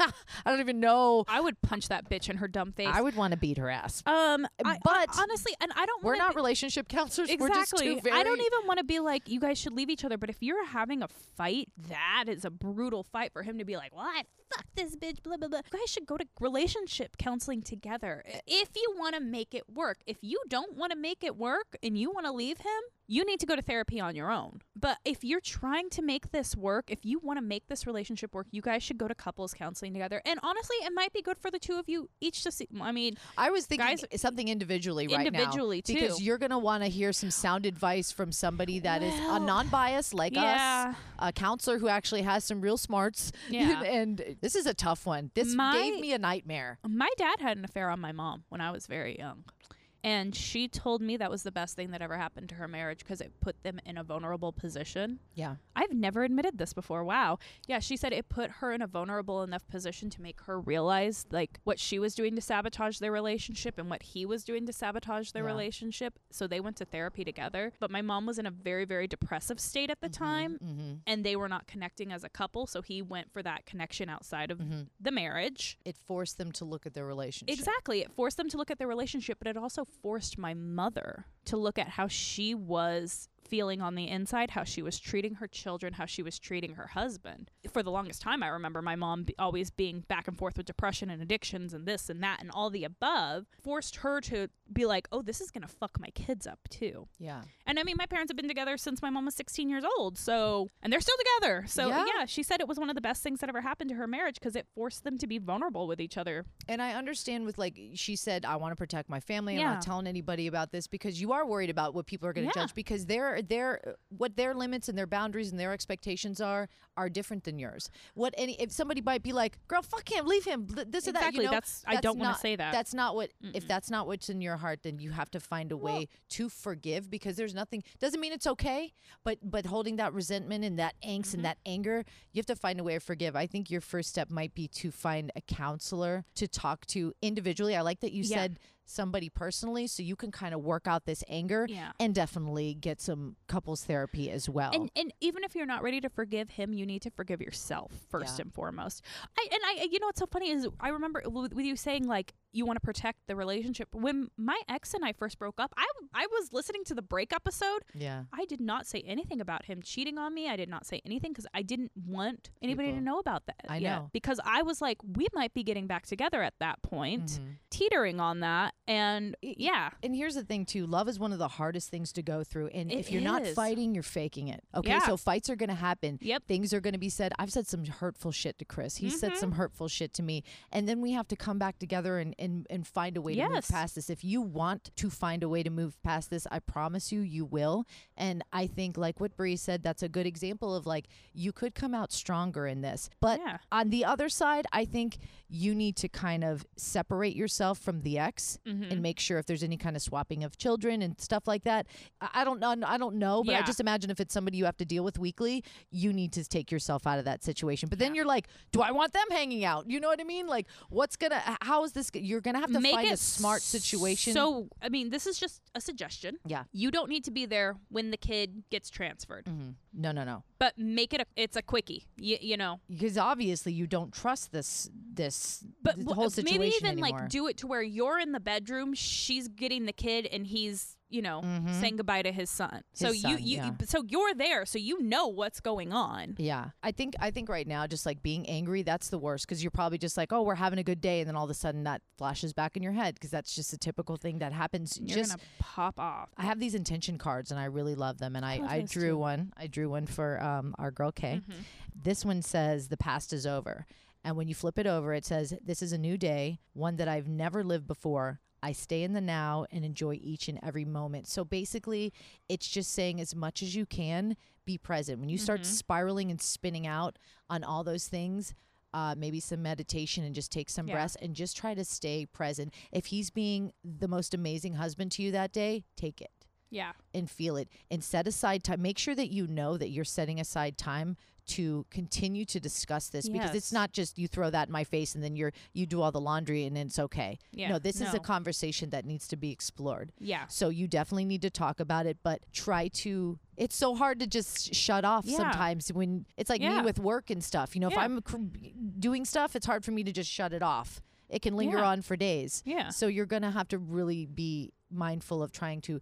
[SPEAKER 1] I don't even know.
[SPEAKER 2] I would punch that bitch in her dumb face.
[SPEAKER 1] I would want to beat her ass.
[SPEAKER 2] um, I-
[SPEAKER 1] But-
[SPEAKER 2] I, honestly, and I don't.
[SPEAKER 1] We're
[SPEAKER 2] wanna
[SPEAKER 1] not
[SPEAKER 2] be-
[SPEAKER 1] relationship counselors. We're just
[SPEAKER 2] Exactly.
[SPEAKER 1] two very.
[SPEAKER 2] I don't even want to be like you guys should leave each other. But if you're having a fight, that is a brutal fight for him to be like, "Well, I fucked this bitch." Blah blah blah. You guys should go to relationship counseling together I- if you want to make it work. If you don't want to make it work and you want to leave him, you need to go to therapy on your own. But if you're trying to make this work, if you want to make this relationship work, you guys should go to couples counseling together. And honestly, it might be good for the two of you each to see. I mean,
[SPEAKER 1] I was thinking
[SPEAKER 2] Guys-
[SPEAKER 1] something individually right
[SPEAKER 2] Individually,
[SPEAKER 1] now. Because
[SPEAKER 2] too.
[SPEAKER 1] you're going to want to hear some sound advice from somebody that is a
[SPEAKER 2] Well,
[SPEAKER 1] non biased like
[SPEAKER 2] yeah.
[SPEAKER 1] us, a counselor who actually has some real smarts.
[SPEAKER 2] Yeah.
[SPEAKER 1] and this is a tough one. This
[SPEAKER 2] My-
[SPEAKER 1] gave me a nightmare.
[SPEAKER 2] My dad had an affair on my mom when I was very young. And she told me that was the best thing that ever happened to her marriage because it put them in a vulnerable position.
[SPEAKER 1] Yeah.
[SPEAKER 2] I've never admitted this before. Wow. Yeah, she said it put her in a vulnerable enough position to make her realize like what she was doing to sabotage their relationship and what he was doing to sabotage their
[SPEAKER 1] Yeah.
[SPEAKER 2] relationship. So they went to therapy together. But my mom was in a very, very depressive state at the time
[SPEAKER 1] Mm-hmm.
[SPEAKER 2] and they were not connecting as a couple. So he went for that connection outside of
[SPEAKER 1] Mm-hmm.
[SPEAKER 2] the marriage.
[SPEAKER 1] It forced them to look at their relationship.
[SPEAKER 2] Exactly. It forced them to look at their relationship, but it also forced my mother to look at how she was feeling on the inside, how she was treating her children, how she was treating her husband. For the longest time, I remember my mom be- always being back and forth with depression and addictions and this and that and all the above, forced her to be like, oh, this is going to fuck my kids up too.
[SPEAKER 1] Yeah.
[SPEAKER 2] And I mean, my parents have been together since my mom was 16 years old. So, and they're still together. So,
[SPEAKER 1] Yeah.
[SPEAKER 2] yeah, she said it was one of the best things that ever happened to her marriage because it forced them to be vulnerable with each other.
[SPEAKER 1] And I understand with like she said, I want to protect my family. I'm
[SPEAKER 2] Yeah.
[SPEAKER 1] not telling anybody about this because you are worried about what people are going to
[SPEAKER 2] Yeah.
[SPEAKER 1] judge because there their their what their limits and their boundaries and their expectations are are different than yours. What any if somebody might be like, "Girl, fuck him, leave him," th- this or that. You
[SPEAKER 2] Exactly,
[SPEAKER 1] know,
[SPEAKER 2] that's- I don't wanna
[SPEAKER 1] not-
[SPEAKER 2] say that.
[SPEAKER 1] That's not what. If that's not what's in your heart, then you have to find a way to forgive because there's nothing. Doesn't mean it's okay, but but holding that resentment and that angst
[SPEAKER 2] Mm-hmm.
[SPEAKER 1] and that anger, you have to find a way to forgive. I think your first step might be to find a counselor to talk to individually. I like that you
[SPEAKER 2] Yeah.
[SPEAKER 1] said somebody personally so you can kind of work out this anger
[SPEAKER 2] Yeah.
[SPEAKER 1] and definitely get some couples therapy as well.
[SPEAKER 2] And and even if you're not ready to forgive him, you need to forgive yourself first
[SPEAKER 1] Yeah.
[SPEAKER 2] and foremost. I and I you know what's so funny is I remember with, with you saying like you want to protect the relationship. When my ex and I first broke up, I I was listening to the break episode.
[SPEAKER 1] yeah.
[SPEAKER 2] I did not say anything about him cheating on me. I did not say anything because I didn't want anybody to
[SPEAKER 1] People.
[SPEAKER 2] know about that.
[SPEAKER 1] I
[SPEAKER 2] yet.
[SPEAKER 1] know.
[SPEAKER 2] because I was like, we might be getting back together at that point,
[SPEAKER 1] Mm-hmm.
[SPEAKER 2] teetering on that, and yeah,
[SPEAKER 1] And here's the thing too, love is one of the hardest things to go through and
[SPEAKER 2] It
[SPEAKER 1] if you're not
[SPEAKER 2] is.
[SPEAKER 1] fighting, you're faking it. Okay?
[SPEAKER 2] Yeah.
[SPEAKER 1] So fights are going to happen.
[SPEAKER 2] Yep.
[SPEAKER 1] Things are going to be said. I've said some hurtful shit to Chris. He said
[SPEAKER 2] Mm-hmm.
[SPEAKER 1] some hurtful shit to me. And then we have to come back together and and, and find a way to move
[SPEAKER 2] Yes.
[SPEAKER 1] past this. If you want to find a way to move past this, I promise you you will. And I think like what Bree said, that's a good example of like you could come out stronger in this. But
[SPEAKER 2] Yeah.
[SPEAKER 1] on the other side, I think you need to kind of separate yourself from the ex
[SPEAKER 2] Mm-hmm.
[SPEAKER 1] and make sure if there's any kind of swapping of children and stuff like that. I I don't know. I don't know, but I
[SPEAKER 2] Yeah.
[SPEAKER 1] just imagine if it's somebody you have to deal with weekly, you need to take yourself out of that situation. But then you're like, do I want them hanging out? You know what I mean? Like, what's gonna? h- How is this? g- You're gonna have to
[SPEAKER 2] make
[SPEAKER 1] find
[SPEAKER 2] it
[SPEAKER 1] a smart situation.
[SPEAKER 2] So, I mean, this is just a suggestion.
[SPEAKER 1] Yeah.
[SPEAKER 2] You don't need to be there when the kid gets transferred,
[SPEAKER 1] Mhm. no, no, no.
[SPEAKER 2] but make it a it's a quickie. You, you know,
[SPEAKER 1] Because obviously you don't trust this this
[SPEAKER 2] but
[SPEAKER 1] th- the
[SPEAKER 2] w-
[SPEAKER 1] whole situation
[SPEAKER 2] maybe even
[SPEAKER 1] anymore.
[SPEAKER 2] like do it to where you're in the bedroom, she's getting the kid, and he's you know saying goodbye to his son. so
[SPEAKER 1] Mm-hmm. His
[SPEAKER 2] you
[SPEAKER 1] son,
[SPEAKER 2] you
[SPEAKER 1] yeah.
[SPEAKER 2] so you're there, so you know what's going on.
[SPEAKER 1] Yeah. I think I think right now just like being angry, that's the worst cuz you're probably just like, "Oh, we're having a good day." And then all of a sudden that flashes back in your head cuz that's just a typical thing that happens.
[SPEAKER 2] You're
[SPEAKER 1] just
[SPEAKER 2] gonna pop off.
[SPEAKER 1] I have these intention cards and I really love them and I,
[SPEAKER 2] love
[SPEAKER 1] I
[SPEAKER 2] those
[SPEAKER 1] drew
[SPEAKER 2] too.
[SPEAKER 1] one. I drew one for um, our girl Kay.
[SPEAKER 2] Mm-hmm.
[SPEAKER 1] This one says the past is over. And when you flip it over, it says this is a new day, one that I've never lived before. I stay in the now and enjoy each and every moment. So basically, it's just saying as much as you can be present. When you start spiraling and spinning out on all those things, uh, maybe some meditation and just take some
[SPEAKER 2] Yeah.
[SPEAKER 1] breaths and just try to stay present. If he's being the most amazing husband to you that day, take it
[SPEAKER 2] Yeah.
[SPEAKER 1] and feel it and set aside time. Make sure that you know that you're setting aside time to continue to discuss this because it's
[SPEAKER 2] Yes.
[SPEAKER 1] not just you throw that in my face and then you're you do all the laundry and it's okay.
[SPEAKER 2] Yeah.
[SPEAKER 1] No, this is a
[SPEAKER 2] No.
[SPEAKER 1] conversation that needs to be explored.
[SPEAKER 2] Yeah.
[SPEAKER 1] So you definitely need to talk about it, but try to. It's so hard to just shut off
[SPEAKER 2] Yeah.
[SPEAKER 1] sometimes when it's like
[SPEAKER 2] Yeah.
[SPEAKER 1] me with work and stuff. You know, if
[SPEAKER 2] Yeah.
[SPEAKER 1] I'm cr- doing stuff, it's hard for me to just shut it off. It can linger
[SPEAKER 2] Yeah.
[SPEAKER 1] on for days.
[SPEAKER 2] Yeah.
[SPEAKER 1] So you're going to have to really be mindful of trying to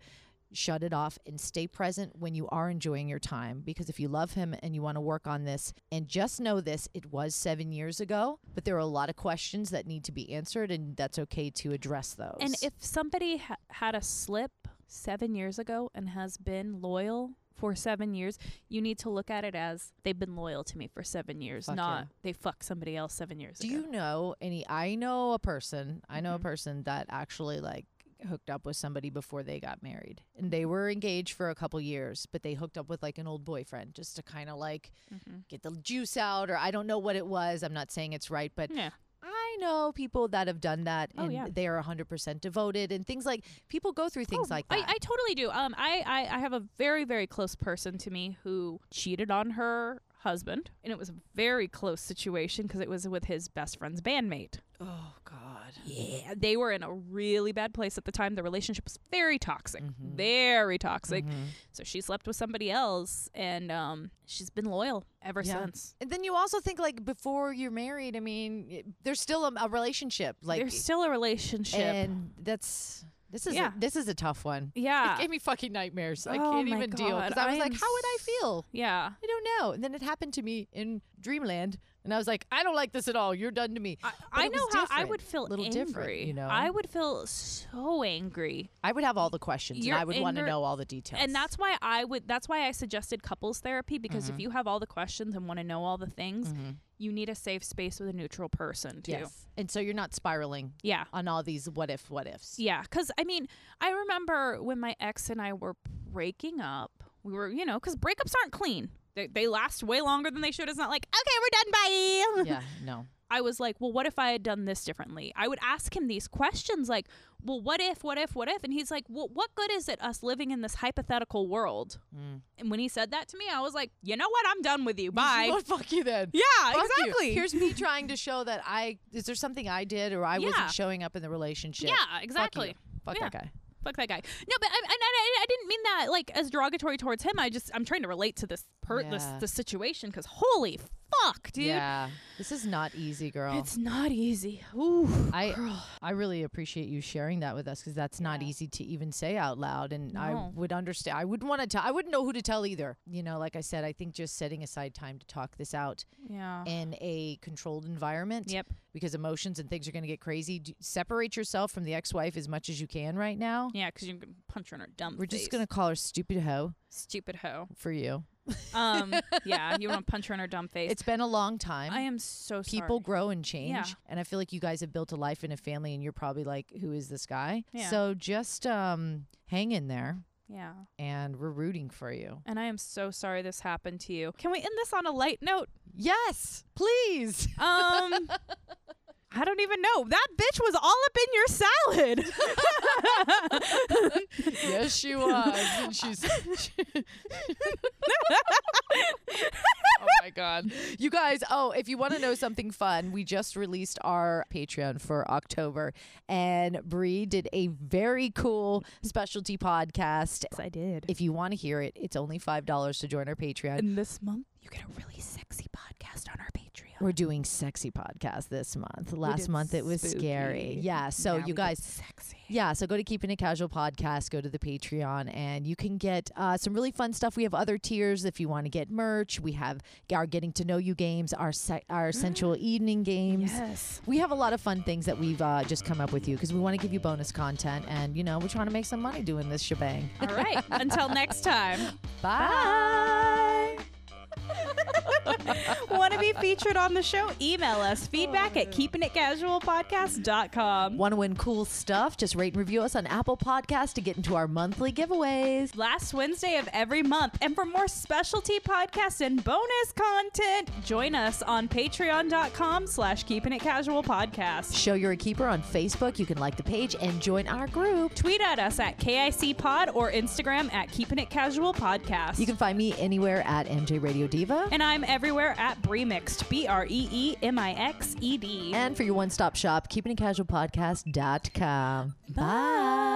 [SPEAKER 1] shut it off and stay present when you are enjoying your time because if you love him and you want to work on this and just know this it was 7 years ago but there are a lot of questions that need to be answered and that's okay to address those
[SPEAKER 2] And if somebody ha- had a slip seven years ago and has been loyal for seven years, you need to look at it as they've been loyal to me for seven years,
[SPEAKER 1] Fuck
[SPEAKER 2] not
[SPEAKER 1] yeah.
[SPEAKER 2] they fucked somebody else seven years
[SPEAKER 1] Do
[SPEAKER 2] ago.
[SPEAKER 1] you know any? I know a person. I know a person that actually like hooked up with somebody before they got married, and they were engaged for a couple years, but they hooked up with like an old boyfriend just to kind of like
[SPEAKER 2] Mm-hmm.
[SPEAKER 1] get the juice out, or I don't know what it was. I'm not saying it's right, but
[SPEAKER 2] yeah.
[SPEAKER 1] I know people that have done that,
[SPEAKER 2] Oh,
[SPEAKER 1] and
[SPEAKER 2] yeah.
[SPEAKER 1] they are 100% devoted, and things like people go through things
[SPEAKER 2] Oh,
[SPEAKER 1] like
[SPEAKER 2] I,
[SPEAKER 1] that.
[SPEAKER 2] I totally do. Um, I, I, I have a very, very close person to me who cheated on her husband, and it was a very close situation because it was with his best friend's bandmate.
[SPEAKER 1] oh God.
[SPEAKER 2] Yeah, they were in a really bad place at the time. The relationship was very toxic,
[SPEAKER 1] Mm-hmm.
[SPEAKER 2] very toxic. So she slept with somebody else, and um, she's been loyal ever
[SPEAKER 1] Yeah.
[SPEAKER 2] since.
[SPEAKER 1] And then you also think like before you're married. I mean, it- there's still a, a relationship. Like
[SPEAKER 2] There's still a relationship.
[SPEAKER 1] and that's this is
[SPEAKER 2] Yeah.
[SPEAKER 1] a, this is a tough one.
[SPEAKER 2] yeah,
[SPEAKER 1] It gave me fucking nightmares. I
[SPEAKER 2] Oh
[SPEAKER 1] can't
[SPEAKER 2] my
[SPEAKER 1] even deal
[SPEAKER 2] God,
[SPEAKER 1] because I was
[SPEAKER 2] I
[SPEAKER 1] like,
[SPEAKER 2] am
[SPEAKER 1] how would I
[SPEAKER 2] s-
[SPEAKER 1] feel?
[SPEAKER 2] yeah.
[SPEAKER 1] I don't know. And then it happened to me in Dreamland, and I was like, I don't like this at all. You're done to me.
[SPEAKER 2] I,
[SPEAKER 1] But
[SPEAKER 2] I
[SPEAKER 1] it
[SPEAKER 2] know
[SPEAKER 1] was
[SPEAKER 2] how I
[SPEAKER 1] different,
[SPEAKER 2] would feel
[SPEAKER 1] little
[SPEAKER 2] angry.
[SPEAKER 1] different, you know.
[SPEAKER 2] I would feel so angry,
[SPEAKER 1] I would have all the questions, and
[SPEAKER 2] Your
[SPEAKER 1] I would want to
[SPEAKER 2] anger-
[SPEAKER 1] know all the details.
[SPEAKER 2] and that's why I would. That's why I suggested couples therapy because
[SPEAKER 1] Mm-hmm.
[SPEAKER 2] if you have all the questions and want to know all the things, you need a safe space with a neutral person too.
[SPEAKER 1] yes. And so you're not spiraling
[SPEAKER 2] Yeah.
[SPEAKER 1] on all these what if what ifs.
[SPEAKER 2] Yeah, because I mean, I remember when my ex and I were breaking up, we were, you know, because breakups aren't clean. They, they last way longer than they should. It's not like, okay, we're done, bye.
[SPEAKER 1] yeah, no.
[SPEAKER 2] I was like, well, what if I had done this differently? I would ask him these questions like, well, what if, what if, what if? And he's like, well, what good is it us living in this hypothetical world?
[SPEAKER 1] Mm.
[SPEAKER 2] And when he said that to me, I was like, you know what? I'm done with you. Bye.
[SPEAKER 1] Well, fuck you then.
[SPEAKER 2] yeah,
[SPEAKER 1] Fuck you.
[SPEAKER 2] exactly.
[SPEAKER 1] Here's me trying to show that I is there something I did or I
[SPEAKER 2] Yeah.
[SPEAKER 1] wasn't showing up in the relationship.
[SPEAKER 2] yeah,
[SPEAKER 1] Fuck you.
[SPEAKER 2] exactly.
[SPEAKER 1] Fuck
[SPEAKER 2] Yeah.
[SPEAKER 1] that guy.
[SPEAKER 2] Fuck that guy. No, but I, I, I, I didn't mean that like as derogatory towards him. I just I'm trying to relate to this per this
[SPEAKER 1] Yeah.
[SPEAKER 2] this situation because holy fuck, dude,
[SPEAKER 1] Yeah. This is not easy, girl.
[SPEAKER 2] it's not easy. Ooh,
[SPEAKER 1] I-
[SPEAKER 2] girl.
[SPEAKER 1] I really appreciate you sharing that with us because that's not
[SPEAKER 2] Yeah.
[SPEAKER 1] easy to even say out loud. And I
[SPEAKER 2] No.
[SPEAKER 1] would understand. I wouldn't want to tell. I wouldn't know who to tell either. You know, like I said, I think just setting aside time to talk this out
[SPEAKER 2] yeah.
[SPEAKER 1] in a controlled environment
[SPEAKER 2] Yep.
[SPEAKER 1] because emotions and things are going to get crazy. D separate yourself from the ex wife as much as you can right now.
[SPEAKER 2] Yeah, because you can punch her in her dumb.
[SPEAKER 1] We're just
[SPEAKER 2] face.
[SPEAKER 1] going to call her stupid hoe
[SPEAKER 2] stupid hoe.
[SPEAKER 1] for you.
[SPEAKER 2] Um, yeah, you want to punch her in her dumb face.
[SPEAKER 1] It's been a long time.
[SPEAKER 2] I am so sorry.
[SPEAKER 1] People grow and change.
[SPEAKER 2] Yeah.
[SPEAKER 1] And I feel like you guys have built a life and a family, and you're probably like, who is this guy?
[SPEAKER 2] Yeah.
[SPEAKER 1] So just um, hang in there.
[SPEAKER 2] Yeah,
[SPEAKER 1] and we're rooting for you.
[SPEAKER 2] and I am so sorry this happened to you. Can we end this on a light note?
[SPEAKER 1] Yes, please.
[SPEAKER 2] Um, I don't even know. That bitch was all up in your salad.
[SPEAKER 1] yes, she was. And she's. oh my god, you guys! Oh, if you want to know something fun, we just released our Patreon for October, and Bree did a very cool specialty podcast.
[SPEAKER 2] I did.
[SPEAKER 1] If you want to hear it, it's only five dollars to join our Patreon.
[SPEAKER 2] And this month, you get a really sexy podcast on our Patreon.
[SPEAKER 1] We're doing sexy podcast this month. Last
[SPEAKER 2] did
[SPEAKER 1] month it was scary.
[SPEAKER 2] spooky.
[SPEAKER 1] Yeah, so
[SPEAKER 2] Now we
[SPEAKER 1] you
[SPEAKER 2] get
[SPEAKER 1] guys
[SPEAKER 2] sexy.
[SPEAKER 1] Yeah, so go to Keeping It Casual podcast, go to the Patreon, and you can get uh, some really fun stuff. We have other tiers if you want to get merch. We have our getting to know you games, our se- our sensual evening games.
[SPEAKER 2] Yes.
[SPEAKER 1] We have a lot of fun things that we've uh, just come up with you because we want to give you bonus content, and you know we're trying to make some money doing this shebang.
[SPEAKER 2] All right. Until next time.
[SPEAKER 1] Bye.
[SPEAKER 2] Want to be featured on the show? Email us feedback at keepingitcasualpodcast.com.
[SPEAKER 1] Want to win cool stuff? Just rate and review us on Apple Podcasts to get into our monthly giveaways.
[SPEAKER 2] Last Wednesday of every month. And for more specialty podcasts and bonus content, join us on patreon.com slash keeping it casual podcast.
[SPEAKER 1] Show you're a keeper on Facebook. You can like the page and join our group.
[SPEAKER 2] Tweet at us at KIC Pod or Instagram at Keeping It Casual Podcast.
[SPEAKER 1] You can find me anywhere at MJ Radio Diva.
[SPEAKER 2] And I'm everywhere at Bremixed, B R E E M I X E D.
[SPEAKER 1] And for your one stop shop, keepingitcasualpodcast.com. Bye.